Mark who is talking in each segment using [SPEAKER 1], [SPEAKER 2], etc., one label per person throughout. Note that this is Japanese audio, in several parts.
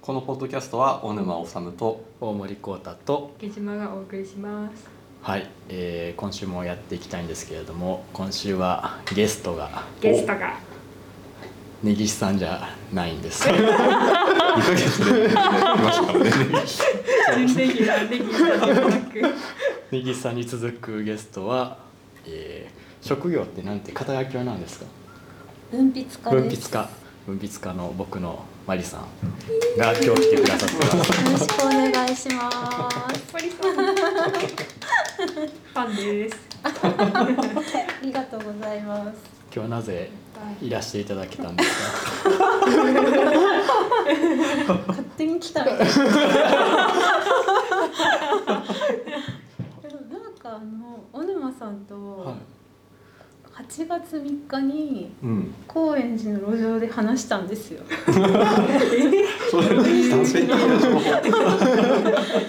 [SPEAKER 1] このポッドキャストは小沼治と
[SPEAKER 2] 大森光太と
[SPEAKER 3] 池島がお送りします。
[SPEAKER 2] はい、えー今週もやっていきたいんですけれども今週はゲストが
[SPEAKER 3] ゲストが
[SPEAKER 2] 根岸さんじゃないんです
[SPEAKER 1] 2ヶ月で来ましたからね
[SPEAKER 3] 準レギュラーレギュラーではなく、
[SPEAKER 2] 根岸さんに続くゲストは、えー職業ってなんて肩書きは何ですか
[SPEAKER 4] 文筆家です
[SPEAKER 2] 文筆家文筆家の僕のマリさんが今日来てくださってます
[SPEAKER 4] よろしくお願いします
[SPEAKER 3] マリさん。ファンです。
[SPEAKER 4] ありがとうございます
[SPEAKER 2] 今日はなぜいらしていただけたんですか
[SPEAKER 4] 勝手に 来たみたいでもなんかあの小沼さん
[SPEAKER 2] は
[SPEAKER 4] と
[SPEAKER 2] い
[SPEAKER 4] 8月3日に
[SPEAKER 1] うん
[SPEAKER 4] 高円寺の路上で話したんですよ
[SPEAKER 1] それ断片的な情報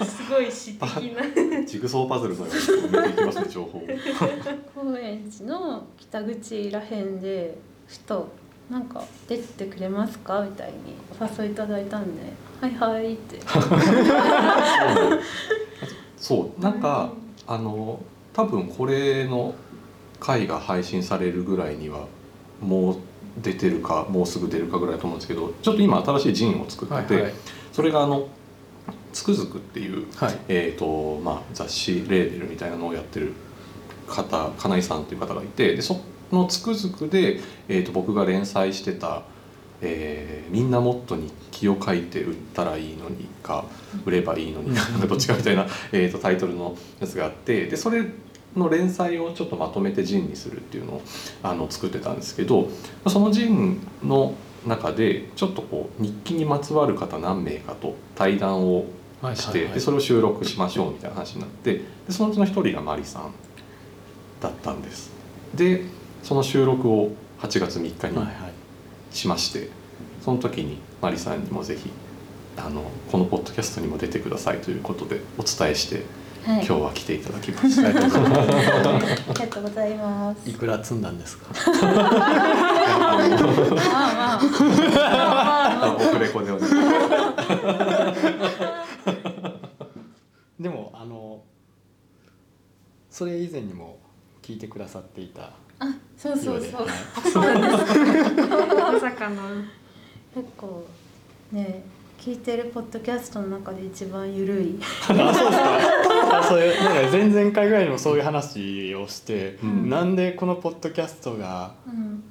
[SPEAKER 3] すごい詩的な。
[SPEAKER 1] ジグソーパズルのように埋めていきますね情報を
[SPEAKER 4] 高円寺の北口らへんでふと「なんか出てってくれますか?」みたいにお誘いいただいたんで「はいはい」って
[SPEAKER 1] そうなんかあの多分これの回が配信されるぐらいにはもう出てるかもうすぐ出るかぐらいだと思うんですけどちょっと今新しいジンを作ってて、それがあの「つくづく」っていう、
[SPEAKER 2] はい
[SPEAKER 1] えーとまあ、雑誌レーベルみたいなのをやってる方金井さんっていう方がいてでその「つくづくで」えーと僕が連載してた「えーみんなもっと日記を書いて売ったらいいのに」か「売ればいいのに」かなんかどっちかみたいな、えー、とタイトルのやつがあってでそれの連載をちょっとまとめてジンにするっていうのをあの作ってたんですけどそのジンの中でちょっとこう日記にまつわる方何名かと対談を
[SPEAKER 2] はい
[SPEAKER 1] して、
[SPEAKER 2] はいはい
[SPEAKER 1] でそれを収録しましょうみたいな話になってでそのうちの一人がマリさんだったんですでその収録を8月3日に
[SPEAKER 2] はいはい
[SPEAKER 1] しまして、その時にマリさんにもぜひあのこのポッドキャストにも出てくださいということでお伝えして、
[SPEAKER 4] はい
[SPEAKER 1] 今日は来ていただきました、
[SPEAKER 4] ありがとうございます
[SPEAKER 2] いくら積んだんですか
[SPEAKER 4] まあまあまあまあまあ
[SPEAKER 1] 僕レコでお願いします
[SPEAKER 2] でもあのそれ以前にも聞いてくださっていた
[SPEAKER 4] あそうそ
[SPEAKER 2] よ
[SPEAKER 4] う
[SPEAKER 2] で
[SPEAKER 4] そう
[SPEAKER 2] はい
[SPEAKER 3] まさかの。
[SPEAKER 4] 結構ね聞いてるポッドキャストの中で一番ゆるい
[SPEAKER 2] あそうですかあそういうなんか前々回ぐらいにもそういう話をして、
[SPEAKER 1] うん
[SPEAKER 2] なんでこのポッドキャストが、
[SPEAKER 4] うん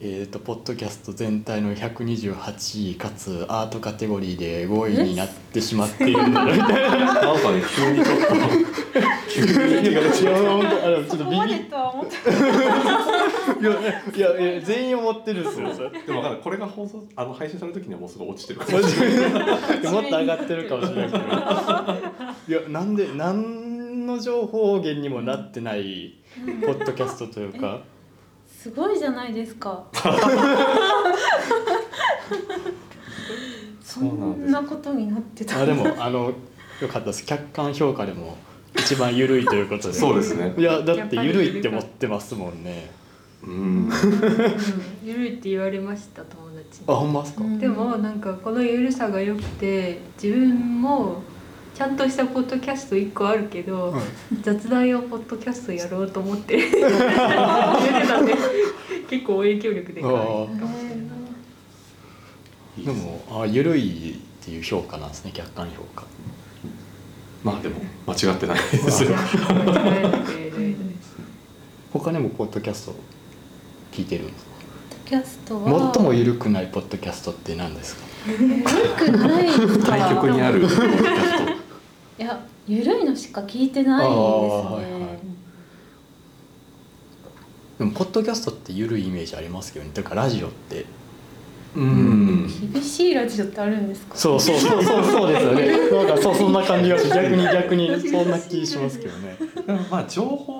[SPEAKER 2] えー、とポッドキャスト全体の128位かつアートカテゴリーで5位になってしまっているんだろうみたいな。
[SPEAKER 1] なんかね急にちょっと急に
[SPEAKER 2] い
[SPEAKER 1] 気が
[SPEAKER 2] や
[SPEAKER 1] 出ちゃう
[SPEAKER 2] 本当あのちょっと
[SPEAKER 4] そ
[SPEAKER 2] ビ
[SPEAKER 4] こ
[SPEAKER 2] ビ
[SPEAKER 4] までとは思って
[SPEAKER 2] いやいやいや全員思ってるんですよそれ
[SPEAKER 1] でも分かんないこれが放送あの配信される時にはもうすごい落ちてる
[SPEAKER 2] もっと上がってるかもしれないけどいやなんで何の情報源にもなってないポッドキャストというか
[SPEAKER 4] すごいじゃないですか
[SPEAKER 1] そ
[SPEAKER 4] そ
[SPEAKER 1] うなんで
[SPEAKER 4] ん
[SPEAKER 1] す
[SPEAKER 4] なことになって た
[SPEAKER 2] あでもあのよかったです客観評価でも一番緩いということ で
[SPEAKER 1] そうですね
[SPEAKER 2] いやだって緩いって思ってますもんね
[SPEAKER 1] うん
[SPEAKER 3] ゆるいって言われました友達
[SPEAKER 2] あほんまですか、
[SPEAKER 4] うん
[SPEAKER 3] に。でもなんかこのゆるさが良くて自分もちゃんとしたポッドキャスト一個あるけど、
[SPEAKER 2] はい
[SPEAKER 3] 雑談用ポッドキャストやろうと思って ゆるさで結構影響力でかいかもしれない。
[SPEAKER 2] でもあ緩いっていう評価なんですね客観評価
[SPEAKER 1] まあでも間違ってないですよ
[SPEAKER 3] 間違えなくて大丈夫です
[SPEAKER 2] 他にもポッドキャスト聞いてるんですか
[SPEAKER 4] ポッドキャストは
[SPEAKER 2] 最も緩くないポッドキャストって何ですか
[SPEAKER 4] 緩くないですか
[SPEAKER 1] 対局にあるポッドキャスト
[SPEAKER 4] いやゆるいのしか聞いてないですね、
[SPEAKER 2] あーはいはいでもポッドキャストって緩いイメージありますけどねというかラジオって
[SPEAKER 1] うん
[SPEAKER 4] 厳しいラジオってあるんですか
[SPEAKER 2] そうそうそうそうそうですよねなんかそうそんな感じがし逆に逆にそんな気しますけどね
[SPEAKER 1] でもまあ情報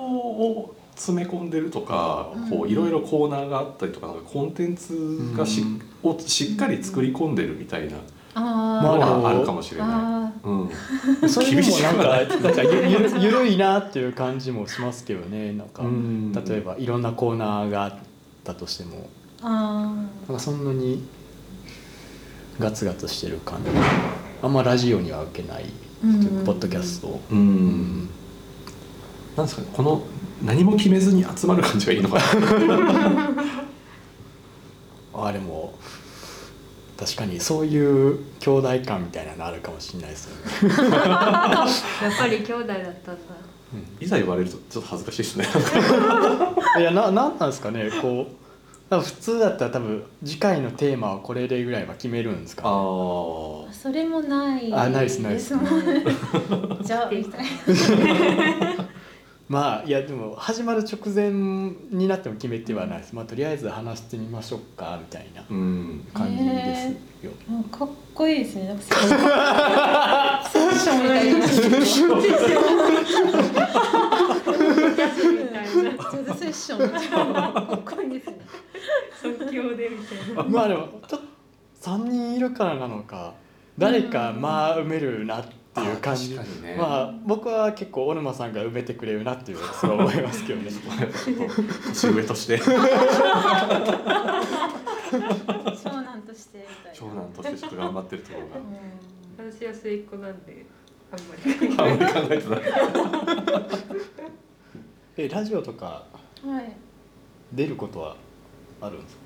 [SPEAKER 1] を詰め込んでるとか
[SPEAKER 4] うん
[SPEAKER 1] こういろいろコーナーがあったりとかなんかコンテンツがし,、
[SPEAKER 2] うん
[SPEAKER 1] をしっかり作り込んでるみたいな
[SPEAKER 4] あ
[SPEAKER 1] も
[SPEAKER 4] ー
[SPEAKER 1] の
[SPEAKER 2] ま
[SPEAKER 1] があるかもしれない。
[SPEAKER 4] あ
[SPEAKER 1] うん、
[SPEAKER 2] それで
[SPEAKER 1] 厳
[SPEAKER 2] も
[SPEAKER 1] しく
[SPEAKER 2] なん
[SPEAKER 1] はな
[SPEAKER 2] か なんかゆゆる緩いなっていう感じもしますけどねなんか、
[SPEAKER 1] うん
[SPEAKER 2] 例えばいろんなコーナーがあったとしても
[SPEAKER 4] ーあー
[SPEAKER 2] なんかそんなにガツガツしてる感じあんまラジオには受けないというかポッドキャスト
[SPEAKER 1] うん、なんですかねこの何も決めずに集まる感じがいいのか な
[SPEAKER 2] あれも確かにそういう兄弟感みたいなのあるかもしれないですよね
[SPEAKER 3] やっぱり兄弟だったんだ
[SPEAKER 1] いざ言われるとちょっと恥ずかしいですね
[SPEAKER 2] いやななんなんですかねこう多分普通だったら多分次回のテーマはこれでぐらいは決めるんです
[SPEAKER 1] あ
[SPEAKER 2] か
[SPEAKER 1] あ
[SPEAKER 4] それもない
[SPEAKER 2] あないですないです
[SPEAKER 4] もんじゃあみたいな
[SPEAKER 2] まあいやでも始まる直前になっても決めてはないですまあとりあえず話してみましょうかみたいな
[SPEAKER 1] うん
[SPEAKER 2] 感じですよ、
[SPEAKER 4] もうかっこいいですねなんかセッションみたいな
[SPEAKER 3] みたいな
[SPEAKER 4] ちょうどセッションみたいなかっこいいですね
[SPEAKER 3] 即興でみたい な
[SPEAKER 2] まあでもちょっと3人いるからなのか誰かまあ埋めるなっていう感じ、
[SPEAKER 1] あ 確かにね
[SPEAKER 2] まあ僕は結構小沼さんが埋めてくれるなっていうのはすごい思いますけ どね
[SPEAKER 1] 年上として
[SPEAKER 4] 長男としてみたいな
[SPEAKER 1] 長男としてちょっと頑張ってるところが
[SPEAKER 4] う
[SPEAKER 3] 私は末っ子なんであんまり考
[SPEAKER 1] あ
[SPEAKER 3] えな
[SPEAKER 1] ん
[SPEAKER 3] い
[SPEAKER 1] まり考えてない
[SPEAKER 2] えラジオとか
[SPEAKER 4] んはい
[SPEAKER 2] 出ることはあるんですか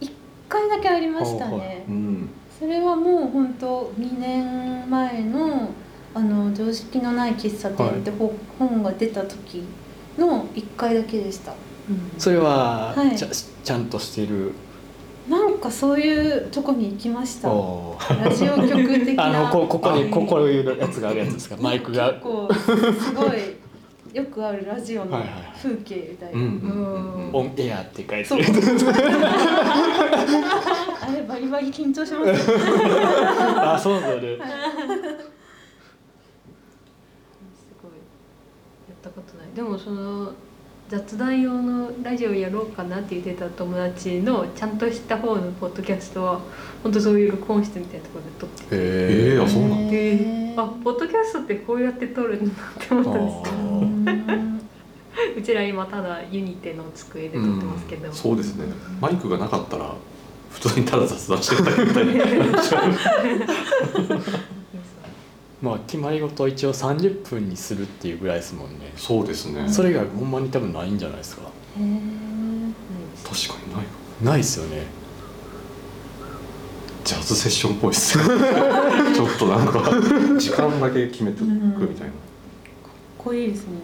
[SPEAKER 4] 一回だけありました
[SPEAKER 2] はいは
[SPEAKER 4] ね
[SPEAKER 1] うん
[SPEAKER 4] それはもう本当2年前の「あの常識のない喫茶店」って本本が出た時の1回だけでした
[SPEAKER 2] それは、
[SPEAKER 4] はい
[SPEAKER 2] ちゃちゃんとしてる
[SPEAKER 4] なんかそういうとこに行きました
[SPEAKER 2] おー
[SPEAKER 4] ラジオ局的
[SPEAKER 2] あ
[SPEAKER 4] な
[SPEAKER 2] のこここに
[SPEAKER 4] あ
[SPEAKER 2] ここういうやつがあるやつ ですかマイクが
[SPEAKER 4] 結構すごいよくあるラジオ
[SPEAKER 2] は
[SPEAKER 4] の
[SPEAKER 2] いはいはい
[SPEAKER 4] 風景みたいな、
[SPEAKER 1] うんうんうんう
[SPEAKER 2] オ
[SPEAKER 1] ん
[SPEAKER 2] ンエアって書い
[SPEAKER 4] そ
[SPEAKER 2] て
[SPEAKER 4] う
[SPEAKER 2] る
[SPEAKER 4] あれバリバリ緊張しますね
[SPEAKER 2] あそうそうね
[SPEAKER 3] すごいやったことないでもその雑談用のラジオやろうかなって言ってた友達のちゃんとした方のポッドキャストは本当そういう録音室みたいなところで撮ってて、
[SPEAKER 1] ええあそうなんだ
[SPEAKER 4] へ
[SPEAKER 3] で
[SPEAKER 4] ー
[SPEAKER 3] あポッドキャストってこうやって撮るんだって思ったんです
[SPEAKER 2] あー
[SPEAKER 4] うん
[SPEAKER 3] うちら今ただユニテの机で撮ってますけど、
[SPEAKER 1] うんそうですねマイクがなかったら普通にただ雑談してるだけみたいになっちゃう
[SPEAKER 2] まあ決まり事を一応30分にするっていうぐらいですもんね
[SPEAKER 1] そうですね
[SPEAKER 2] それ以外ほんまに多分ないんじゃないですか
[SPEAKER 4] へー
[SPEAKER 1] 確かにないわ
[SPEAKER 2] ないですよね
[SPEAKER 1] ジャズセッションっぽいっす ちょっとなんか時間だけ決めておくみたいな、
[SPEAKER 4] かっこいいですね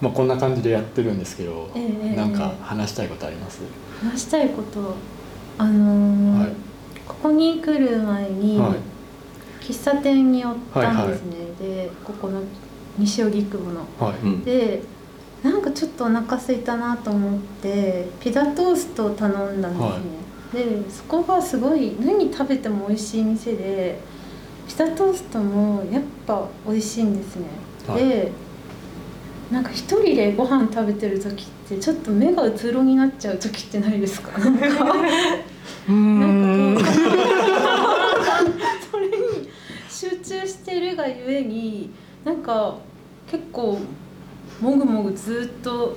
[SPEAKER 2] まあこんな感じでやってるんですけど、
[SPEAKER 4] ええ
[SPEAKER 2] なんか話したいことあります、
[SPEAKER 4] 話したいことあのー
[SPEAKER 2] はい
[SPEAKER 4] ここに来る前に、
[SPEAKER 2] はい
[SPEAKER 4] 喫茶店に寄ったんですね、でここの西荻窪の
[SPEAKER 2] は
[SPEAKER 1] う
[SPEAKER 2] い、
[SPEAKER 1] ん、
[SPEAKER 4] でなんかちょっとお腹空いたなと思ってピザトーストを頼んだんですね、でそこがすごい何食べても美味しい店でピザトーストもやっぱ美味しいんですね、
[SPEAKER 2] はい
[SPEAKER 4] でなんか一人でご飯食べてる時ってちょっと目がうつろになっちゃう時ってないですか なんか
[SPEAKER 2] うーん
[SPEAKER 4] なんかそれに集中してるがゆえになんか結構もぐもぐずっと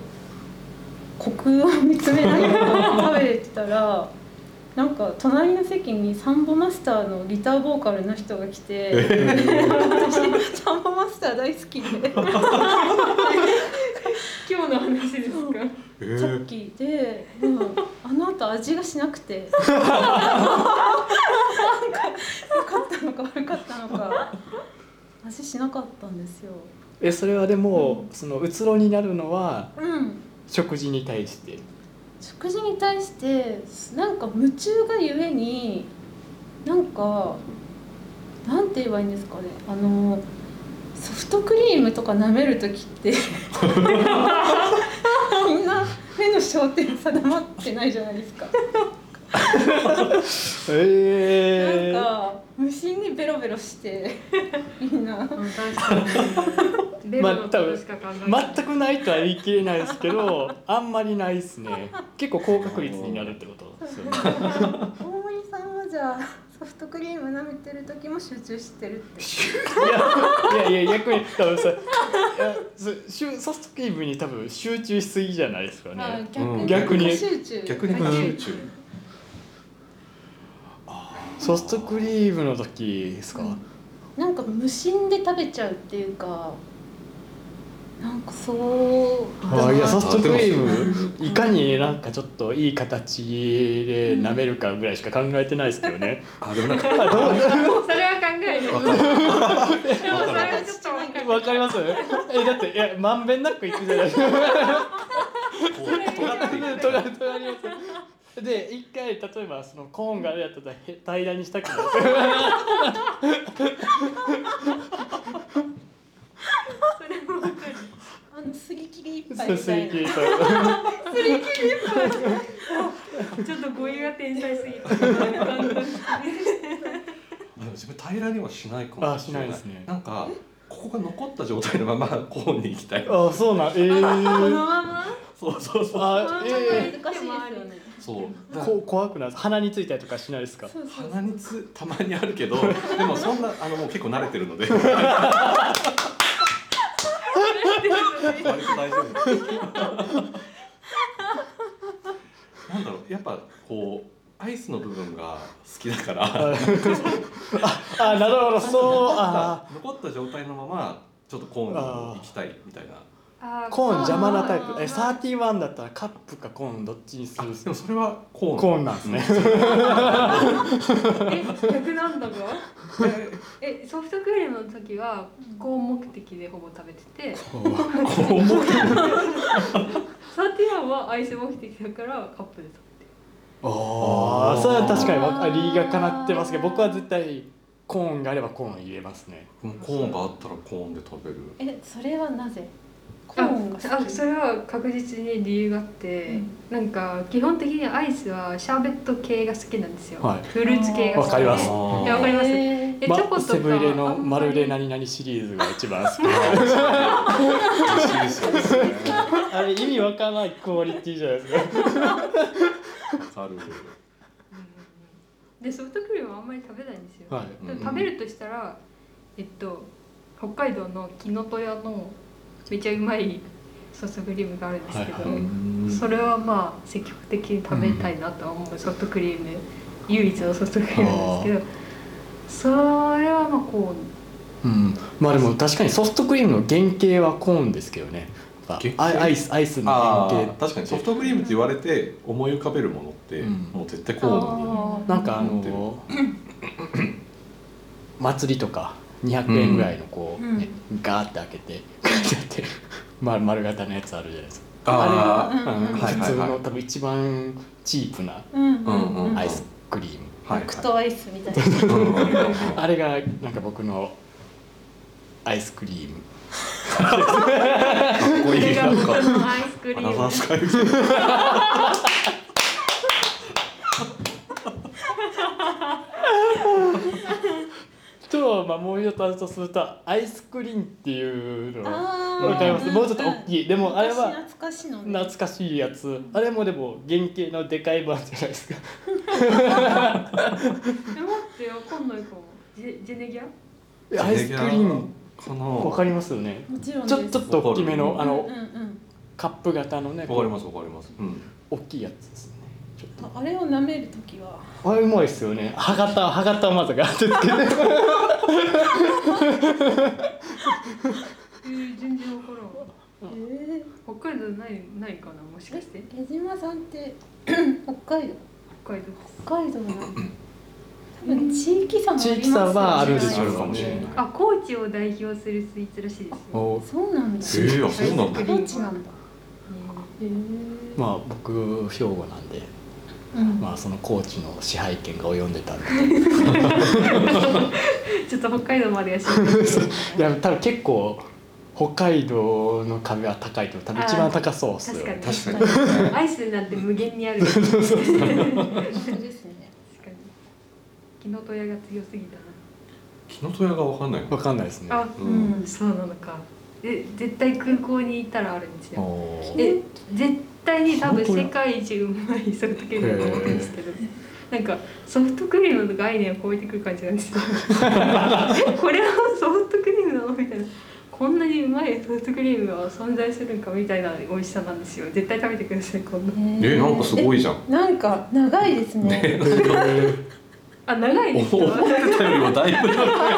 [SPEAKER 4] 虚空を見つめながら食べてたらなんか隣の席にサンボマスターのギターボーカルの人が来て私サンボマスター大好きで。
[SPEAKER 3] 今日の話ですか
[SPEAKER 1] え
[SPEAKER 4] さ
[SPEAKER 1] ー
[SPEAKER 4] っきで、うん、あの後味がしなくてなんか良かったのか悪かったのか味しなかったんですよ
[SPEAKER 2] えそれはでもそのうつろになるのは
[SPEAKER 4] うん
[SPEAKER 2] 食事に対して
[SPEAKER 4] 食事に対してなんか夢中がゆえになんかなんて言えばいいんですかねあのソフトクリームとか舐める時ってみんな目の焦点定まってないじゃないですか。
[SPEAKER 2] ええ
[SPEAKER 4] なんか無心にベロベロしてみんな
[SPEAKER 3] 確かにベルのことしか考えてない、
[SPEAKER 2] 全くないとは言い切れないですけどあんまりないですね結構高確率になるってことですよね
[SPEAKER 4] 大森さんはじゃがソフトクリーム舐めてる時も集中してるっ
[SPEAKER 2] い
[SPEAKER 4] て
[SPEAKER 2] やいやいや逆に多分さいやそしゅソフトクリームに多分集中しすぎじゃないですかね。
[SPEAKER 4] あ
[SPEAKER 1] うん
[SPEAKER 2] 逆に
[SPEAKER 4] 集中
[SPEAKER 1] 逆に過集中
[SPEAKER 2] ソフトクリームの時ですか。
[SPEAKER 4] なんか無心で食べちゃうっていうかなんかそうだな
[SPEAKER 2] あいやソ
[SPEAKER 1] う
[SPEAKER 2] フトクリームいかになんかちょっといい形で舐めるかぐらいしか考えてないですけどね。
[SPEAKER 1] あでもなんか
[SPEAKER 2] あどう
[SPEAKER 3] それは考えるでも
[SPEAKER 1] わかる
[SPEAKER 3] それはちょっとわかる
[SPEAKER 2] わかります えだっていやまんべんなくいくじゃないですか
[SPEAKER 1] こう尖っていく
[SPEAKER 2] とがとがりますで一回例えばそのコーンがあれやったらへ平らにしたくなる
[SPEAKER 3] それもわかる
[SPEAKER 4] あのすり切り一
[SPEAKER 2] そ
[SPEAKER 4] 杯
[SPEAKER 2] う
[SPEAKER 4] み
[SPEAKER 2] す
[SPEAKER 4] た
[SPEAKER 2] り
[SPEAKER 4] い
[SPEAKER 2] 切
[SPEAKER 4] な
[SPEAKER 2] りと
[SPEAKER 3] ちょっと語彙が天才すぎて感動
[SPEAKER 1] あでも自分平らにはしないかもしれない
[SPEAKER 2] あしないですね
[SPEAKER 1] なんかここが残った状態のままコーンに行きたい
[SPEAKER 2] あそうなんえ
[SPEAKER 3] この
[SPEAKER 2] ー、
[SPEAKER 3] まま
[SPEAKER 1] そうそうそう
[SPEAKER 2] あ
[SPEAKER 4] ちょっ
[SPEAKER 2] え
[SPEAKER 4] と難しいですよね
[SPEAKER 1] そう
[SPEAKER 2] ー、
[SPEAKER 1] だから
[SPEAKER 2] こ怖くない鼻についたりとかしないですか
[SPEAKER 4] そうそう
[SPEAKER 1] 鼻につたまにあるけどでもそんなあのもう結構慣れてるので割と大丈夫なんだろうやっぱこうアイスの部分が好きだから
[SPEAKER 2] あなるほどそうあ
[SPEAKER 1] 残った状態のままちょっとコーンに行きたいみたいな
[SPEAKER 3] あ
[SPEAKER 2] ーコーン邪魔なタイ
[SPEAKER 3] あ
[SPEAKER 2] プ
[SPEAKER 3] ー
[SPEAKER 2] えサーティワンだったらカップかコーンどっちにす
[SPEAKER 1] あ
[SPEAKER 2] るんです
[SPEAKER 1] でも
[SPEAKER 2] か
[SPEAKER 1] それはコーン
[SPEAKER 2] コーンなんですね
[SPEAKER 3] え逆なんだがえソフトクリームの時は高目的でほぼ食べてて
[SPEAKER 1] コーンも
[SPEAKER 3] サーティワンはアイス目的だからカップで食べてる
[SPEAKER 2] ああそれは確かにわか理がかなってますけど僕は絶対コーンがあればコーン入れますね
[SPEAKER 1] コーンがあったらコーンで食べる
[SPEAKER 4] えそれはなぜコーンが
[SPEAKER 3] あ
[SPEAKER 4] 好
[SPEAKER 3] あ
[SPEAKER 4] き
[SPEAKER 3] それは確実に理由があって、なんか基本的にアイスはシャーベット系が好きなんですよ、
[SPEAKER 2] はい
[SPEAKER 3] フルーツ系が好きで
[SPEAKER 2] わかります
[SPEAKER 1] あー
[SPEAKER 3] いやわかります
[SPEAKER 4] え
[SPEAKER 3] えチ
[SPEAKER 2] ま
[SPEAKER 3] ョコとか
[SPEAKER 2] セブン入れの「まるで
[SPEAKER 3] い
[SPEAKER 2] 何々」シリーズが一番好 き
[SPEAKER 1] 美味しいですよね
[SPEAKER 2] あれ意味わからないクオリティじゃないですか
[SPEAKER 1] わかる
[SPEAKER 3] でソフトクリームはあんまり食べないんですよ、
[SPEAKER 2] はい
[SPEAKER 3] でも食べるとしたらえっと北海道の紀ノ戸屋のめちゃうまいソフトクリームがあるんですけど、
[SPEAKER 2] は
[SPEAKER 3] それはまあ積極的に食べたいなとは思うソフトクリーム唯一のソフトクリームなんですけどそれはまあこう
[SPEAKER 2] うんまあでも確かにソフトクリームの原型はコーンですけどねやっぱ
[SPEAKER 1] 原型
[SPEAKER 2] アイスアイスの
[SPEAKER 1] あ
[SPEAKER 2] 原型
[SPEAKER 1] ー確かにソフトクリームって言われて思い浮かべるものって、
[SPEAKER 2] うん
[SPEAKER 1] もう絶対コーンに
[SPEAKER 2] なんかあの祭りとか200円ぐらいのこう、ねガーって開けてガーってやって ま丸型のやつあるじゃないですか
[SPEAKER 1] あ
[SPEAKER 4] あれがうん
[SPEAKER 2] うん
[SPEAKER 1] はいはいはい
[SPEAKER 2] 普通の多分一番チープな
[SPEAKER 4] うんう
[SPEAKER 1] うん
[SPEAKER 4] ん
[SPEAKER 1] うん
[SPEAKER 4] うん
[SPEAKER 2] アイスクリーム、
[SPEAKER 1] ーはい
[SPEAKER 4] クトアイスみたいな
[SPEAKER 1] うんうんうんうん
[SPEAKER 2] あれがなんか僕のアイスクリーム
[SPEAKER 1] かっこいい
[SPEAKER 3] が
[SPEAKER 1] なんか
[SPEAKER 3] 僕のアイスクリ
[SPEAKER 1] ア
[SPEAKER 3] ー
[SPEAKER 1] ナザー
[SPEAKER 3] ム
[SPEAKER 1] スカイみたいな
[SPEAKER 2] と、まあ、もう一つあるとするとアイスクリーンっていうのわ
[SPEAKER 4] あー
[SPEAKER 2] かります、もうちょっと大
[SPEAKER 4] い
[SPEAKER 2] きいでもあれは
[SPEAKER 4] 懐かしのね
[SPEAKER 2] 懐かしいやつあれもでも原型のでかい版じゃないですか
[SPEAKER 3] え待ってわかんないかもジェジェネギャ
[SPEAKER 2] アイスクリーン
[SPEAKER 1] こ
[SPEAKER 2] わ
[SPEAKER 1] の
[SPEAKER 2] かりますよね
[SPEAKER 4] もちろん
[SPEAKER 2] ちょ
[SPEAKER 4] です
[SPEAKER 2] ちょっと大きめのあ
[SPEAKER 4] う
[SPEAKER 2] の
[SPEAKER 4] んうん
[SPEAKER 2] カップ型のね
[SPEAKER 1] わかりますわかります、うん、
[SPEAKER 2] 大きいやつですねちょっと
[SPEAKER 4] ああれを舐めるときは
[SPEAKER 2] あれうまいですよね歯型歯型をまずガーってつけて
[SPEAKER 3] えー、全然わからん
[SPEAKER 4] え
[SPEAKER 3] 北海道ないないかなもしかして
[SPEAKER 4] 江島さんって 北海道
[SPEAKER 3] 北海道
[SPEAKER 4] 北海道なの多分地域差もあります
[SPEAKER 2] 地
[SPEAKER 4] よね
[SPEAKER 2] 域差はあるでし
[SPEAKER 1] あ
[SPEAKER 2] ょ
[SPEAKER 1] る
[SPEAKER 2] う
[SPEAKER 1] かもしれない
[SPEAKER 2] ね
[SPEAKER 3] あ高知を代表するスイーツらしいですよ
[SPEAKER 2] お
[SPEAKER 4] そうなんだ
[SPEAKER 1] えー、あそうなんだ
[SPEAKER 3] え
[SPEAKER 4] 高知なんだへえ
[SPEAKER 2] まあ僕兵庫なんで、
[SPEAKER 4] うん
[SPEAKER 2] まあ、その高知の支配権が及んでたんで
[SPEAKER 3] ちょっと北海道までや しない
[SPEAKER 2] いや多分結構北海道の壁は高いと思う多分一番高そうっすよ
[SPEAKER 3] 確
[SPEAKER 2] ね
[SPEAKER 3] かに
[SPEAKER 1] 確かに
[SPEAKER 3] アイスなんて無限に ある。確かに。
[SPEAKER 4] 本当ですね
[SPEAKER 3] キノトヤが強すぎたな。
[SPEAKER 1] キノトヤがわかんない
[SPEAKER 2] わかんないですね
[SPEAKER 3] あ、
[SPEAKER 1] う
[SPEAKER 4] うんん
[SPEAKER 3] そうなのか。え、絶対空港に行ったらあるんですよ。
[SPEAKER 2] おー
[SPEAKER 3] え、絶対に多分
[SPEAKER 2] キノトヤ
[SPEAKER 3] 世界一うまいソフトクリームだと思うんですけど。なんかソフトクリームの概念を超えてくる感じなん ですよえこれはソフトクリームなのみたいなこんなにうまいソフトクリームが存在するんかみたいな美味しさなんですよ絶対食べてくださいこんな
[SPEAKER 1] えなんかすご
[SPEAKER 4] い。
[SPEAKER 1] いじゃん
[SPEAKER 4] なんか長いですね。
[SPEAKER 1] ねなんか
[SPEAKER 3] あ長いで
[SPEAKER 1] 思
[SPEAKER 3] すか
[SPEAKER 1] ってたよりもだいぶ長い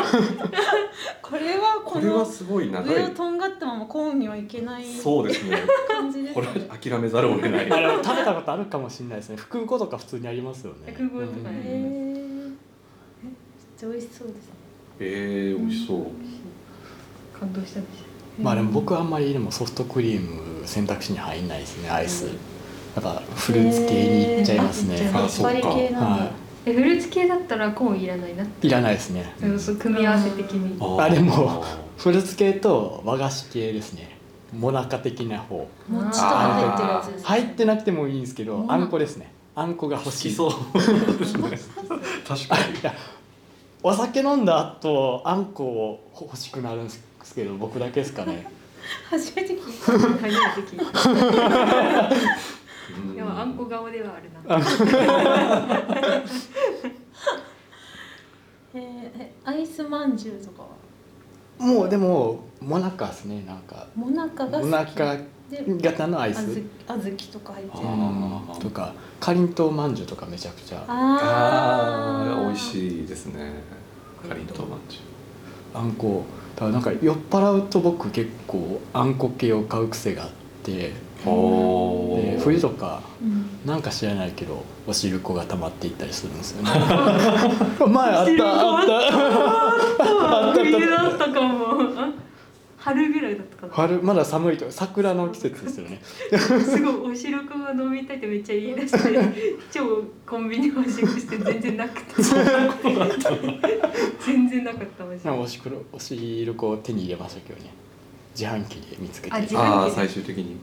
[SPEAKER 4] これはこ
[SPEAKER 1] これは
[SPEAKER 4] の
[SPEAKER 1] すごい長
[SPEAKER 4] 上を
[SPEAKER 1] い
[SPEAKER 4] とんがったままコーンにはいけない
[SPEAKER 1] そうですね
[SPEAKER 4] 感じです
[SPEAKER 1] こ
[SPEAKER 4] ね
[SPEAKER 1] れ。は諦めざるを得ない
[SPEAKER 2] あれ食べたことあるかもしれないですね空港とか普通にありますよね
[SPEAKER 3] 空港とか
[SPEAKER 4] へ
[SPEAKER 3] ね
[SPEAKER 4] え。めっちゃ美味しそうですね。
[SPEAKER 1] えー、美味しそう
[SPEAKER 3] 感動したんですよ
[SPEAKER 2] まあでも僕はあんまりでもソフトクリーム選択肢に入んないですねアイス、
[SPEAKER 3] うん
[SPEAKER 2] やっぱフルーツ系にいっちゃいますね、
[SPEAKER 3] へー
[SPEAKER 1] あ
[SPEAKER 4] さ
[SPEAKER 1] 行っ
[SPEAKER 4] っ
[SPEAKER 1] ちゃいます
[SPEAKER 4] ぱり系なんだ
[SPEAKER 2] は。
[SPEAKER 3] えフルーツ系だったらコーンいらないな、
[SPEAKER 2] いいらないですね
[SPEAKER 1] うん
[SPEAKER 3] そう組み合わせ的に
[SPEAKER 1] ー
[SPEAKER 2] あでもフルーツ系と和菓子系ですねモナカ的な方
[SPEAKER 4] もちとか入ってるやつですね。
[SPEAKER 2] 入ってなくてもいいんですけど
[SPEAKER 4] モナ
[SPEAKER 2] あんこですねあんこが欲
[SPEAKER 1] 好
[SPEAKER 2] し
[SPEAKER 1] き
[SPEAKER 2] い
[SPEAKER 1] そうですね確かに
[SPEAKER 2] いやお酒飲んだ後あんこを欲しくなるんですけど僕だけですか ね
[SPEAKER 4] 初めて聞いた。
[SPEAKER 3] 初めて聞いた
[SPEAKER 1] うん
[SPEAKER 3] でもあんこ顔ではあるな
[SPEAKER 2] あ
[SPEAKER 4] えーえアイス饅頭とかは
[SPEAKER 2] もうでもモナカですねなんか
[SPEAKER 4] モナカが好
[SPEAKER 2] モナ
[SPEAKER 4] き
[SPEAKER 2] カ
[SPEAKER 4] で
[SPEAKER 2] 型のアイ
[SPEAKER 4] あず
[SPEAKER 2] ス
[SPEAKER 4] あずきとか入ってる
[SPEAKER 1] あー
[SPEAKER 2] とかかりんとうまんじゅうとかめちゃくちゃ
[SPEAKER 1] あー美味
[SPEAKER 4] い
[SPEAKER 1] しいですねかりんとうまんじゅ
[SPEAKER 2] あんこだからなんか酔っ払うと僕結構あんこ系を買う癖があって
[SPEAKER 1] うお
[SPEAKER 2] で
[SPEAKER 1] ー
[SPEAKER 2] 冬とか
[SPEAKER 4] うん
[SPEAKER 2] なんか知らないけどお汁粉が溜まっていったりするんです よね前あったあった
[SPEAKER 3] 冬だったかもあ春ぐらいだったかな
[SPEAKER 2] 春まだ寒いと桜の季節ですよね
[SPEAKER 3] すごいお汁粉が飲みたいってめっちゃ言い出して超コンビニおしくして全然なくて全然なかったマジで
[SPEAKER 2] なんかおしくろお汁粉を手に入れましたけどね自販機で見つけて
[SPEAKER 3] あ自販
[SPEAKER 1] ああ最終的 に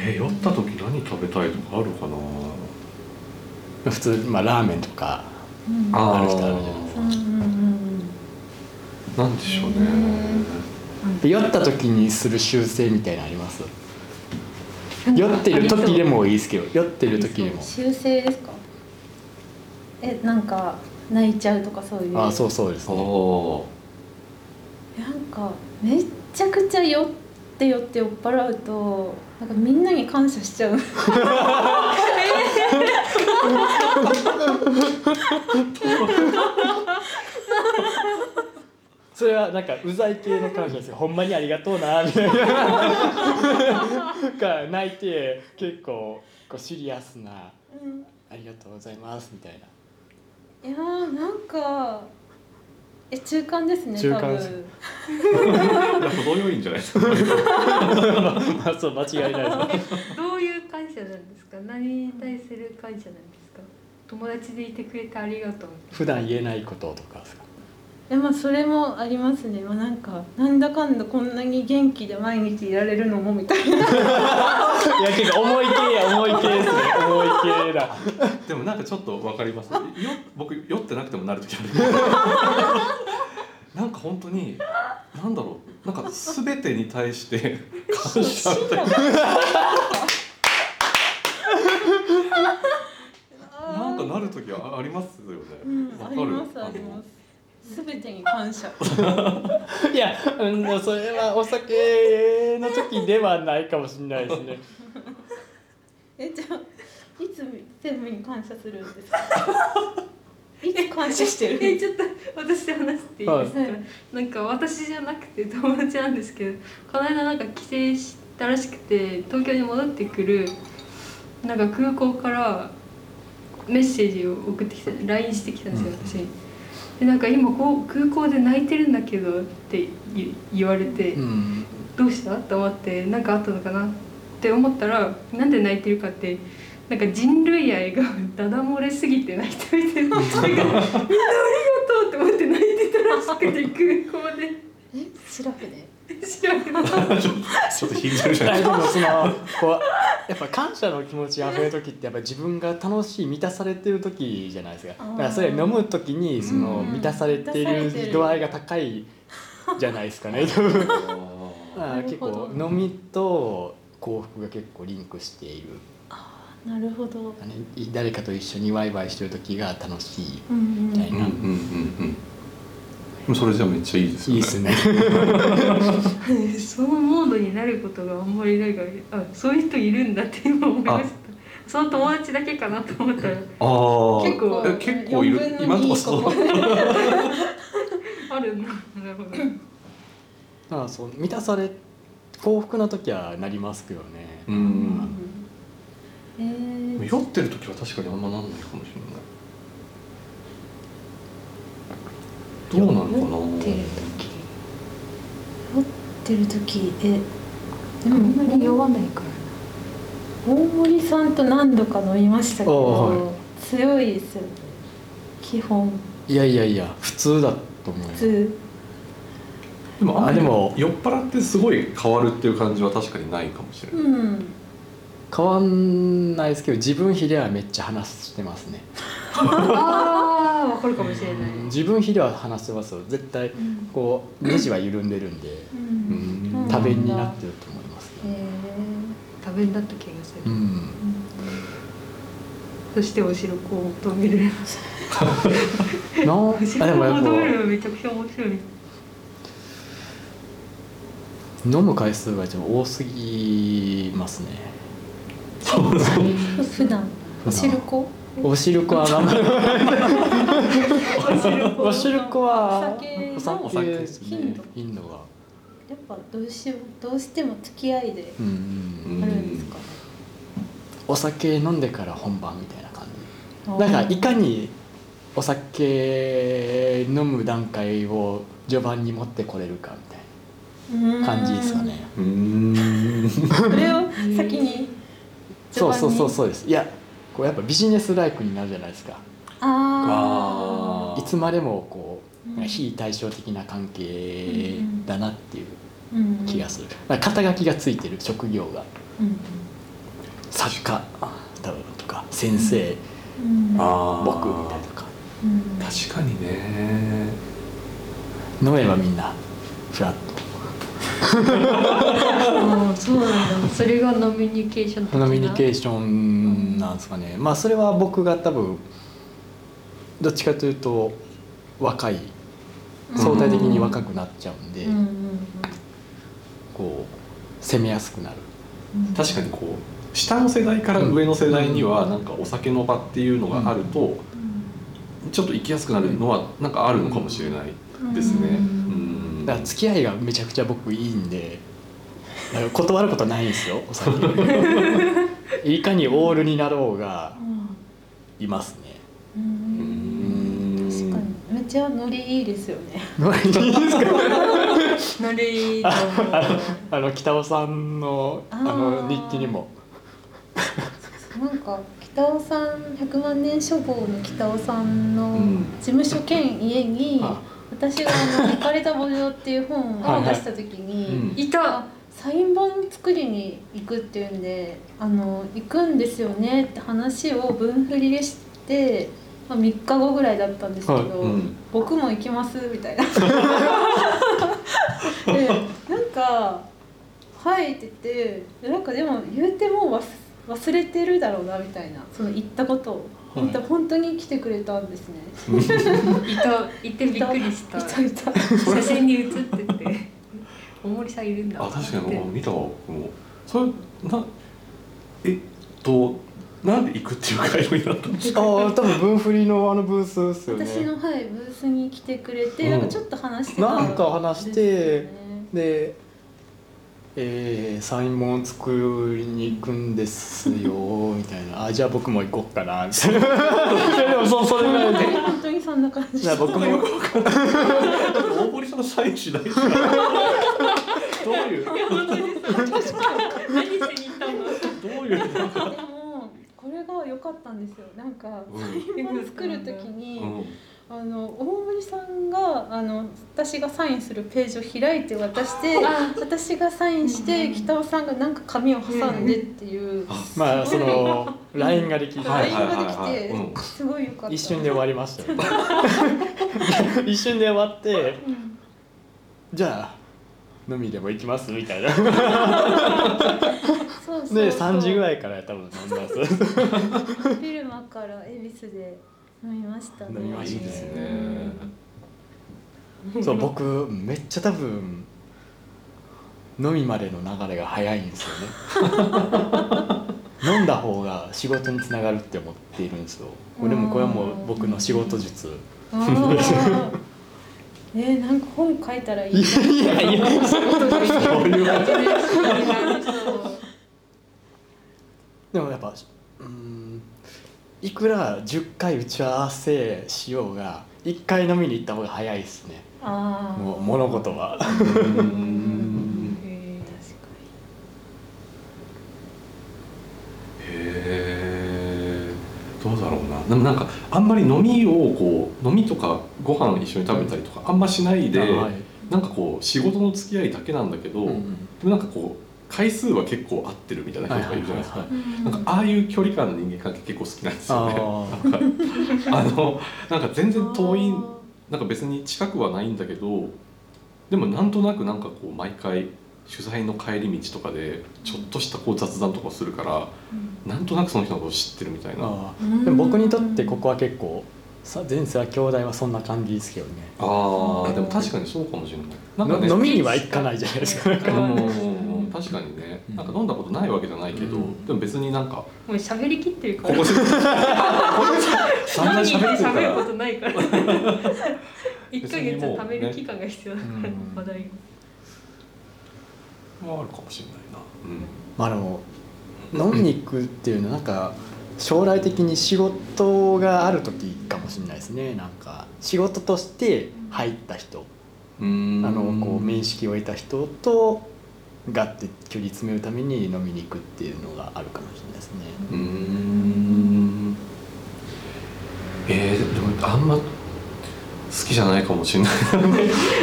[SPEAKER 1] えー、酔った時何食べたいとかあるかな
[SPEAKER 2] 普通、まあ、ラーメンとか
[SPEAKER 4] うん
[SPEAKER 2] ある
[SPEAKER 1] ー
[SPEAKER 2] 人あるじゃないで
[SPEAKER 4] うんうんうん
[SPEAKER 1] なんでしょうね
[SPEAKER 2] で酔った時にする修正みたいなのあります酔ってる時でもいいですけど酔ってる時でも
[SPEAKER 4] 修正ですかえなんか泣いちゃうとかそういう
[SPEAKER 2] ああそうそうですね
[SPEAKER 1] お
[SPEAKER 4] なんかめっちゃくちゃ酔って酔って酔っ払うとなんかみんなに感謝しちゃう
[SPEAKER 2] それはなんかうざい系の感謝ですよほんまにありがとうなみた いなが泣いて結構こうシリアスな
[SPEAKER 4] うん
[SPEAKER 2] ありがとうございますみたいない
[SPEAKER 4] やーなんかえ中間ですね
[SPEAKER 2] 中
[SPEAKER 4] 多
[SPEAKER 2] 間です
[SPEAKER 4] 分
[SPEAKER 1] ーなんか程よいんじゃないですか
[SPEAKER 2] まあそう間違いないですね
[SPEAKER 3] どういう感謝なんですか何に対する感謝なんですか友達でいてくれてありがとう
[SPEAKER 2] 普段言えないこととかですか
[SPEAKER 4] いやまあそれもありますね、まあ、なんかなんだかんだこんなに元気で毎日いられるのもみたい な
[SPEAKER 2] いや結構重い系や重い系ですね重い系だ
[SPEAKER 1] でもなんかちょっとわかり ますよ僕酔ってなくてもなる時ある なんか本当になんだろうなんか全てに対して感謝みたいななんかなる時はありますよね。
[SPEAKER 4] うん、
[SPEAKER 1] わ
[SPEAKER 4] あ
[SPEAKER 1] か
[SPEAKER 4] り
[SPEAKER 1] る
[SPEAKER 4] ますありますすべてに感謝
[SPEAKER 2] いや、うん、それはお酒の時ではないかもしれないですね
[SPEAKER 4] えじゃあいつ全部に感謝するん ですかいつ感謝してる
[SPEAKER 3] えちょっと私で話していいですか、
[SPEAKER 4] はい
[SPEAKER 3] なんか私じゃなくて友達なんですけどこの間なんか帰省したらしくて東京に戻ってくるなんか空港からメッセージを送ってきた LINE してきたんですよ私、でなんか今こう空港で泣いてるんだけどって言言われて、
[SPEAKER 2] うん
[SPEAKER 3] どうしたと思って何かあったのかなって思ったらなんで泣いてるかってなんか人類愛がダダ漏れすぎて泣いてみてなんかみんなありがとうって思って泣いてたらしくて空港で
[SPEAKER 4] えシラフで
[SPEAKER 3] 調べた
[SPEAKER 1] ちょっと引いてるじゃない
[SPEAKER 2] あ でもそのこうやっぱ感謝の気持ちあふれる時ってやっぱ自分が楽しい満たされてる時じゃないですか
[SPEAKER 4] あー
[SPEAKER 2] だからそれ飲む時にその
[SPEAKER 4] うん
[SPEAKER 2] 満たされて
[SPEAKER 4] 満たされて
[SPEAKER 2] る
[SPEAKER 4] る
[SPEAKER 2] 度合いが高いじゃないです かね多分だから結
[SPEAKER 4] なるほ
[SPEAKER 2] 構
[SPEAKER 4] ど
[SPEAKER 2] 飲みと幸福が結構リンクしている
[SPEAKER 4] なるほど、
[SPEAKER 2] あのい誰かと一緒にワイワイしてる時が楽しい
[SPEAKER 4] うん
[SPEAKER 2] みたい
[SPEAKER 1] うんうん
[SPEAKER 2] な、
[SPEAKER 1] うんうんでもそれじゃめっちゃいいですよ
[SPEAKER 2] い
[SPEAKER 1] ね
[SPEAKER 2] いっ すね
[SPEAKER 3] そのモードになることがあんまりなんかあそういう人いるんだって今思いましたその友達だけかなと思った
[SPEAKER 1] あ
[SPEAKER 3] ら
[SPEAKER 1] あ
[SPEAKER 3] 結構
[SPEAKER 1] え結構いる
[SPEAKER 4] 4分
[SPEAKER 1] 今
[SPEAKER 4] の2
[SPEAKER 1] のとこそう
[SPEAKER 4] ここ
[SPEAKER 3] あるんだなるほど
[SPEAKER 2] だからそう満たされ幸福な時はなりますけどね、
[SPEAKER 1] う
[SPEAKER 4] うんんえー
[SPEAKER 1] 酔ってる時は確かにあんまなんないかもしれないどうなのかな
[SPEAKER 4] 酔ってる時酔ってる時えでも
[SPEAKER 3] わないから
[SPEAKER 4] 大森さんと何度か飲みましたけ
[SPEAKER 2] ああ
[SPEAKER 4] ど
[SPEAKER 2] は
[SPEAKER 4] 強いですよ基本
[SPEAKER 2] いやいやいや普通だと思うよ
[SPEAKER 4] 普通
[SPEAKER 1] でもあ
[SPEAKER 2] あ
[SPEAKER 1] で
[SPEAKER 2] で
[SPEAKER 1] も
[SPEAKER 2] も
[SPEAKER 1] 酔っ払ってすごい変わるっていう感じは確かにないかもしれない、
[SPEAKER 4] うん
[SPEAKER 2] 変わんないですけど自分比ではめっちゃ話してますね
[SPEAKER 3] ああわかるかもしれない
[SPEAKER 2] 自分比では話してますよ絶対
[SPEAKER 4] うん
[SPEAKER 2] こうネジは緩んでるんで
[SPEAKER 4] うん
[SPEAKER 1] うん
[SPEAKER 2] 多弁になってると思います
[SPEAKER 4] へ
[SPEAKER 2] ね、
[SPEAKER 3] 多分だった気がす
[SPEAKER 2] う
[SPEAKER 3] る
[SPEAKER 2] ん
[SPEAKER 3] そしてお城こう求める
[SPEAKER 2] なあ
[SPEAKER 3] お
[SPEAKER 2] で
[SPEAKER 3] 城
[SPEAKER 2] も
[SPEAKER 3] を
[SPEAKER 2] やっ
[SPEAKER 3] 求める
[SPEAKER 2] ぱ
[SPEAKER 3] のめちゃくちゃ面白い
[SPEAKER 2] 飲む回数が一番多すぎますね
[SPEAKER 4] え普段おしるこ
[SPEAKER 2] おしるこは頑張るおしるこは
[SPEAKER 4] お酒の
[SPEAKER 2] お酒お酒です
[SPEAKER 4] 頻
[SPEAKER 2] ね
[SPEAKER 4] 度
[SPEAKER 2] 頻度が
[SPEAKER 4] やっぱどうしようどうしても付き合いで
[SPEAKER 2] うんうん
[SPEAKER 4] あるんですか
[SPEAKER 2] お酒飲んでから本番みたいな感じなんかいかにお酒飲む段階を序盤に持ってこれるかみたいな感じですかね
[SPEAKER 1] うーん
[SPEAKER 4] それを先に
[SPEAKER 2] そうそうそう
[SPEAKER 4] う
[SPEAKER 2] そうですいやこうやっぱビジネスライクになるじゃないですか
[SPEAKER 4] あ
[SPEAKER 1] あ
[SPEAKER 2] いつまでもこうなん
[SPEAKER 4] うん
[SPEAKER 2] か非対照的な関係だなっていう
[SPEAKER 4] あ、うん
[SPEAKER 2] 気がするなんか肩書きがついてる職業が
[SPEAKER 4] うん
[SPEAKER 2] 作家だとか先生
[SPEAKER 4] うん
[SPEAKER 1] あー
[SPEAKER 2] 僕みたいなとか
[SPEAKER 4] うん
[SPEAKER 1] 確かにね
[SPEAKER 2] 飲めばみんなフラッと
[SPEAKER 3] ああそうなんだそれがノミニケーション的な
[SPEAKER 2] コミュニケーションなんですかね、まあそれは僕が多分どっちかというと若い相対的に若くなっちゃうんで、
[SPEAKER 4] うんうん
[SPEAKER 2] こう攻めやすくなる
[SPEAKER 4] うん
[SPEAKER 1] 確かにこう下の世代から上の世代にはなんかお酒の場っていうのがあるとちょっと行きやすくなるのはなんかあるのかもしれないですね。
[SPEAKER 4] うん
[SPEAKER 1] うん
[SPEAKER 2] だから付き合いがめちゃくちゃ僕いいんでだから断ることないんですよお酒いかにオールになろうがいますね
[SPEAKER 4] う
[SPEAKER 1] うんん
[SPEAKER 4] 確かにめっちゃノリいいですよね。
[SPEAKER 2] いいですか
[SPEAKER 3] ノリと
[SPEAKER 2] あの北尾さんのあの日記にも
[SPEAKER 4] なんか北尾さん百万年書房の北尾さんの事務所兼家に
[SPEAKER 2] あ
[SPEAKER 4] 私があの「行かれた墓場」っていう本
[SPEAKER 2] はい
[SPEAKER 4] を
[SPEAKER 2] はい
[SPEAKER 4] 出した時
[SPEAKER 1] うん
[SPEAKER 4] に
[SPEAKER 3] いた
[SPEAKER 4] サイン本作りに行くっていうんで「あの行くんですよね」って話を分振りでして、まあ、3日後ぐらいだったんですけど。
[SPEAKER 2] はい
[SPEAKER 1] うん
[SPEAKER 4] 僕も行きますみ たいな。でなんか「はい」って言ってでなんかでも言うてもう忘忘れてるだろうなみたいなその行ったことを、
[SPEAKER 2] はい
[SPEAKER 4] 本当本当に来てくれたんですね。
[SPEAKER 3] いたいてびっくりした
[SPEAKER 4] いたいた。
[SPEAKER 3] 写真に写ってて大森さんいるんだ
[SPEAKER 1] あ確かにもう見たわ僕もそれなえっとなんで行くっていう会話になったの
[SPEAKER 2] ああ多分分振りのあのブースですよね
[SPEAKER 4] 私のはいブースに来てくれて、
[SPEAKER 1] うん
[SPEAKER 4] なんかちょっと話してた
[SPEAKER 2] なんか話して
[SPEAKER 4] ですよね
[SPEAKER 2] で、えー、サイン本作りに行くんですよみたいなあじゃあ僕も行こうかなみたいない やでもそそれぐらいで
[SPEAKER 4] 本当にそんな感じ。
[SPEAKER 2] じゃあ僕も
[SPEAKER 1] 大堀さんのサインしないからどういうど
[SPEAKER 3] 何しに行ったの
[SPEAKER 1] ういうなんか
[SPEAKER 4] でもこれが良かったんですよ。なんか
[SPEAKER 1] うん
[SPEAKER 4] サイン本作る時に。
[SPEAKER 1] うん
[SPEAKER 4] あの大森さんがあの私がサインするページを開いて渡して
[SPEAKER 3] あ
[SPEAKER 4] 私がサインして、
[SPEAKER 3] うん
[SPEAKER 4] 北尾さんがなんか紙を挟んでっていう、
[SPEAKER 2] まあその LINE ができて、
[SPEAKER 1] はいはい
[SPEAKER 4] LINE ができて、
[SPEAKER 1] はいはいうん
[SPEAKER 4] すごい良かった
[SPEAKER 2] 一瞬で終わりましたよね一瞬で終わって
[SPEAKER 4] うん
[SPEAKER 2] じゃあ飲みでも行きますみたいな
[SPEAKER 4] そうそう
[SPEAKER 2] で
[SPEAKER 4] そう
[SPEAKER 2] 3時ぐらいから多分飲んだそうそう
[SPEAKER 4] フィルマから恵比寿で飲みました
[SPEAKER 2] 飲みま
[SPEAKER 1] いい
[SPEAKER 2] し
[SPEAKER 1] です
[SPEAKER 2] た
[SPEAKER 1] ね。
[SPEAKER 2] そう僕めっちゃ多分飲みまでの流れが早いんですよね飲んだ方が仕事につながるって思っているんですよでもこれはもう僕の仕事術
[SPEAKER 4] あーえー、なんか本書いたらいいな。
[SPEAKER 2] いやいやでもやっぱうーんいくら10回打ち合わせしようが1回飲みに行った方が早いですね
[SPEAKER 4] ああ。
[SPEAKER 2] もう物事は
[SPEAKER 1] うん
[SPEAKER 3] へー
[SPEAKER 1] へえ。どうだろうな。でもなんかあんまり飲みをこう飲みとかご飯一緒に食べたりとかあんましないで、
[SPEAKER 2] はい
[SPEAKER 1] なんかこう仕事の付き合いだけなんだけど、
[SPEAKER 2] うんう
[SPEAKER 1] で
[SPEAKER 2] ん
[SPEAKER 1] もなんかこう回数は結構合ってるみたいな人
[SPEAKER 2] はい
[SPEAKER 1] と
[SPEAKER 2] は
[SPEAKER 1] かい
[SPEAKER 2] い
[SPEAKER 1] るじゃないです
[SPEAKER 2] は
[SPEAKER 1] か
[SPEAKER 2] い。
[SPEAKER 4] うん
[SPEAKER 1] なんかああいう距離感の人間関係結構好きなんですよね。
[SPEAKER 2] あ
[SPEAKER 1] あのなんか全然遠いなんか別に近くはないんだけどでもなんとなくなんかこう毎回取材の帰り道とかでちょっとしたこう雑談とかするからなんとなくその人のことを知ってるみたいなあ
[SPEAKER 2] あ
[SPEAKER 4] うん
[SPEAKER 2] でも僕にとってここは結構さ前世は兄弟はそんな感じですけどね
[SPEAKER 1] ーでも確かにそうかもしれないなんかね
[SPEAKER 2] の飲みには行かないじゃないですか
[SPEAKER 3] うん
[SPEAKER 1] うん確かにねなんか飲んだことないわけじゃないけど、
[SPEAKER 2] うん
[SPEAKER 1] でも別になんか
[SPEAKER 3] もう喋りきってるか
[SPEAKER 1] こ
[SPEAKER 3] ら
[SPEAKER 1] こで
[SPEAKER 3] 何
[SPEAKER 1] 散々
[SPEAKER 3] 人で
[SPEAKER 1] 喋ってるか
[SPEAKER 3] 喋るこ
[SPEAKER 1] ら
[SPEAKER 3] とない から一ヶ月貯める期間が必要だから、
[SPEAKER 2] 別にもうね
[SPEAKER 3] 話題が
[SPEAKER 1] まああるかもしれないな、う
[SPEAKER 2] まあでも飲みに行くっていうのはなんか将来的に仕事がある時かもしれないですねなんか仕事として入った人
[SPEAKER 1] ん、
[SPEAKER 2] あのこう面
[SPEAKER 1] 識
[SPEAKER 2] 識を得た人とがって距離詰めるために飲みに行くっていうのがあるかもしれないですね。
[SPEAKER 1] うーんえー、でもあんま好きじゃないかもしれない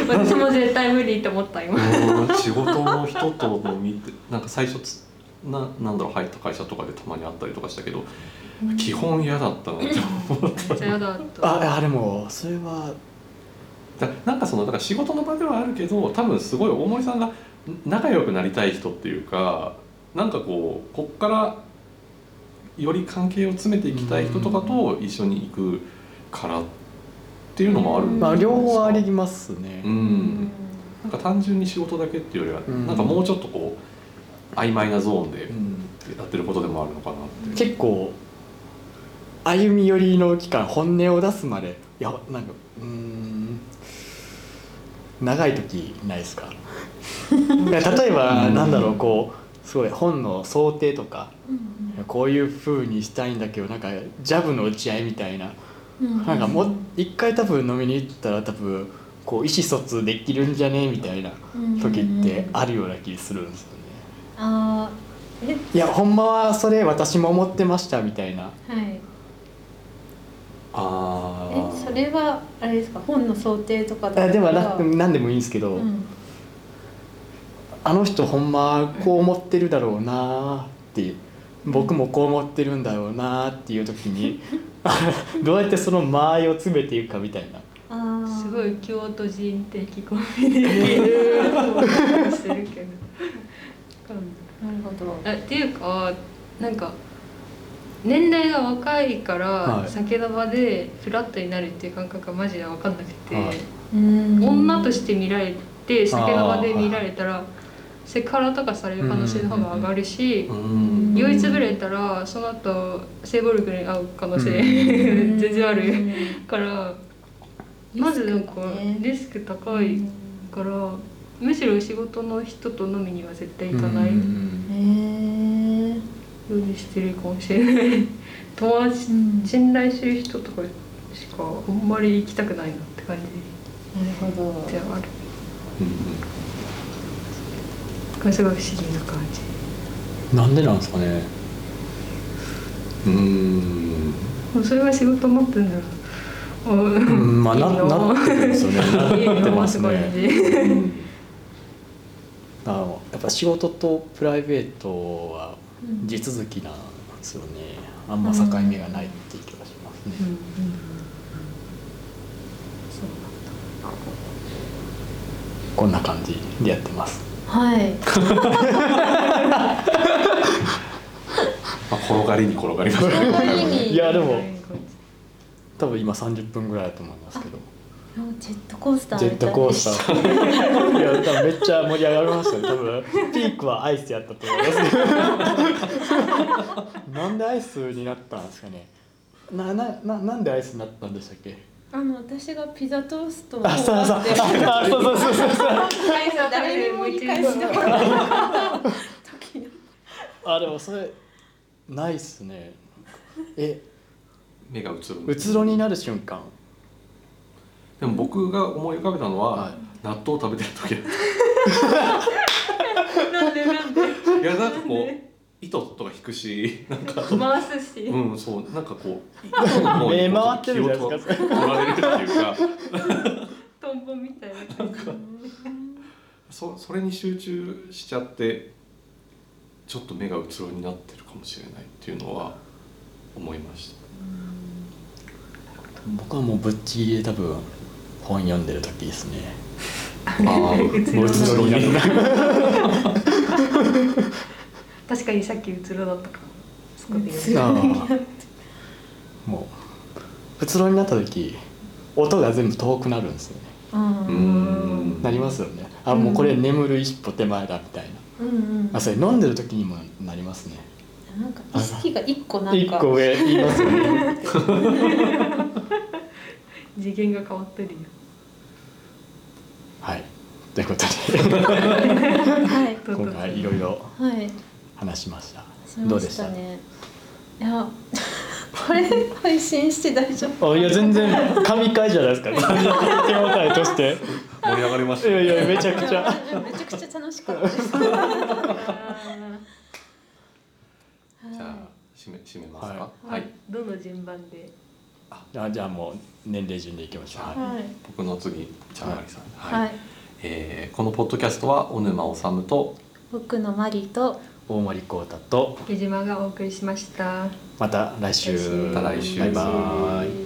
[SPEAKER 3] 私も絶対無理と思った 今
[SPEAKER 1] うん仕事の人と飲みってなんか最初つななんだろう入った会社とかでたまにあったりとかしたけど基本嫌だったなって思っ
[SPEAKER 3] めっちゃ嫌だと
[SPEAKER 2] ああでもそれは
[SPEAKER 1] ただなんかそのだから仕事の場ではあるけど多分すごい大森さんがん仲良くなりたい人っていうかなんかこうこっからより関係を詰めていきたい人とかと一緒に行くからっていうのもあるんじゃ
[SPEAKER 2] ま
[SPEAKER 1] な
[SPEAKER 2] あ
[SPEAKER 1] いですか
[SPEAKER 2] 両方ありますね
[SPEAKER 1] う。ん、なんか単純に仕事だけっていうよりは、
[SPEAKER 2] うん
[SPEAKER 1] なんかもうちょっとこう曖昧なゾーンで
[SPEAKER 2] うん
[SPEAKER 1] やってることでもあるのかなって、
[SPEAKER 2] 結構歩み寄りの期間本音を出すまでいやなんかうーん長い時ないですかいや例えば
[SPEAKER 1] うん
[SPEAKER 2] なんだろうこうすごい本の想定とか
[SPEAKER 4] うん
[SPEAKER 2] こういう風にしたいんだけどなんかジャブの打ち合いみたいな
[SPEAKER 4] うん
[SPEAKER 2] なんかもう一回多分飲みに行ったら多分こう意思疎通できるんじゃねみたいな時ってあるような気するんですよね。
[SPEAKER 4] あーえ
[SPEAKER 2] いやほんまはそれ私も思ってましたみたいな
[SPEAKER 4] はい
[SPEAKER 1] ああ
[SPEAKER 4] えそれはあれですか本の想定とかだ
[SPEAKER 2] あ
[SPEAKER 4] ったら
[SPEAKER 2] でもな何でもいいんですけど、
[SPEAKER 4] うん
[SPEAKER 2] あの人ほんまこう思ってるだろうなーって僕もこう思ってるんだろうなーっていう時 にどうやってその間合いを詰めていくかみたいな
[SPEAKER 4] あー
[SPEAKER 3] すごい京都人的コミュニケーションをしてるけどわかんない
[SPEAKER 4] なるほど
[SPEAKER 3] あっていうかなんか年齢が若いから、
[SPEAKER 2] はい
[SPEAKER 3] 酒の場でフラットになるっていう感覚がマジで分かんなくて、
[SPEAKER 2] はい
[SPEAKER 3] 女と
[SPEAKER 4] て
[SPEAKER 3] して見られて酒の場で見られたらセクハラとかされる可能性の方が上がるし
[SPEAKER 1] う、ん
[SPEAKER 3] 酔い潰れたらその後性暴力に遭う可能性、
[SPEAKER 2] う
[SPEAKER 3] 全然あ
[SPEAKER 4] う
[SPEAKER 3] る
[SPEAKER 4] ん
[SPEAKER 3] からまずなんかリスク高いから、むしろ仕事の人と飲みには絶対行かない。
[SPEAKER 2] うん
[SPEAKER 4] へえ
[SPEAKER 3] ようにしてるかもしれない友達信頼してる人とかしかあんまり行きたくないなって感
[SPEAKER 4] なるほど
[SPEAKER 3] じではある
[SPEAKER 1] うん
[SPEAKER 3] これすごい不思議な感じ
[SPEAKER 2] なんでなんですかね
[SPEAKER 1] うん
[SPEAKER 3] もうそれが仕事になってんだろうう
[SPEAKER 2] うんまあな
[SPEAKER 3] いいの
[SPEAKER 2] なってるんですよね なってます
[SPEAKER 3] い
[SPEAKER 2] ね
[SPEAKER 3] いのすごいね
[SPEAKER 1] うん
[SPEAKER 2] あのやっぱ仕事とプライベートは
[SPEAKER 4] うん
[SPEAKER 2] 地続きなんですよねあんま境目がないっていう気がしますね、
[SPEAKER 3] うん
[SPEAKER 2] こんな感じでやってます
[SPEAKER 4] はい
[SPEAKER 1] 転がりに転がりました
[SPEAKER 4] に
[SPEAKER 2] いやでも多分今30分ぐらいだと思いますけど
[SPEAKER 4] ジェットコースター
[SPEAKER 2] ジェットコー
[SPEAKER 4] ター
[SPEAKER 2] スターいや多分めっちゃ盛り上がりましたね多分ピークはアイスやったと思い ますけどなんでアイスになったんですかねななななんでアイスになったんでしたっけ
[SPEAKER 4] あの私がピザトーストを
[SPEAKER 2] あそうそう
[SPEAKER 4] 買って
[SPEAKER 2] あそうそうそうそうそう
[SPEAKER 4] 誰にも理解しな
[SPEAKER 3] っ
[SPEAKER 4] かった時に
[SPEAKER 2] あでもそれないっすねえ
[SPEAKER 1] 目がうつろ
[SPEAKER 2] うつろになる瞬間
[SPEAKER 1] でも僕が思い浮かべたのは、
[SPEAKER 2] はい
[SPEAKER 1] 納豆を食べてる時だった
[SPEAKER 3] なんでなんで
[SPEAKER 1] たいやなんかこう糸とか引くしなんか
[SPEAKER 3] 回すし、
[SPEAKER 1] うんそうなんかこう糸の方
[SPEAKER 2] 目
[SPEAKER 1] に
[SPEAKER 2] 回ってるじゃないですか
[SPEAKER 1] 気を取られるっていうか
[SPEAKER 3] トンボみたいな感じ
[SPEAKER 1] そそれに集中しちゃってちょっと目がうつろになってるかもしれないっていうのは思いました
[SPEAKER 2] 僕はもうぶっちぎりで多分本読んでる時ですね
[SPEAKER 1] ああ
[SPEAKER 2] もううつろになる
[SPEAKER 3] 確かにさっきうつろだったかもすごいね
[SPEAKER 2] ああもううつろになった時音が全部遠くなるんですよね
[SPEAKER 4] うん
[SPEAKER 1] う
[SPEAKER 4] うん
[SPEAKER 1] ん
[SPEAKER 2] なりますよねあもうこれ眠る一歩手前だみたいな
[SPEAKER 4] うん
[SPEAKER 2] あそれ飲んでる時にもなりますね
[SPEAKER 4] なんか意識が一個なん
[SPEAKER 2] 一
[SPEAKER 4] か
[SPEAKER 2] 個上言いますよね
[SPEAKER 3] 次元が変わってるよ
[SPEAKER 2] はいということで
[SPEAKER 4] はい
[SPEAKER 3] 唐突
[SPEAKER 2] 今回いろいろ
[SPEAKER 4] はい
[SPEAKER 2] 話しました
[SPEAKER 4] しま
[SPEAKER 2] どうでし
[SPEAKER 4] したたねいやこれ配信して大丈夫
[SPEAKER 2] あいや全然神回じゃないですか手応えとして
[SPEAKER 1] 盛り上がりまし
[SPEAKER 2] い
[SPEAKER 1] た
[SPEAKER 2] やい
[SPEAKER 1] ね
[SPEAKER 2] やめちゃくち ゃ
[SPEAKER 4] いやめちゃくちゃ楽しかったです。
[SPEAKER 3] あ
[SPEAKER 1] じゃあ
[SPEAKER 4] は
[SPEAKER 1] 締め締めますか
[SPEAKER 3] ーどの順番で
[SPEAKER 2] あじゃあもう年齢順でいきましょう、
[SPEAKER 4] いはい
[SPEAKER 1] 僕の次チャンガリさんはい、
[SPEAKER 4] はい
[SPEAKER 1] えーこのポッドキャストは小沼治と
[SPEAKER 4] 僕のマリと
[SPEAKER 2] 大森光太と
[SPEAKER 3] 手島がお送りしました
[SPEAKER 2] また来週
[SPEAKER 4] 来週
[SPEAKER 1] また来週
[SPEAKER 2] バイバーイ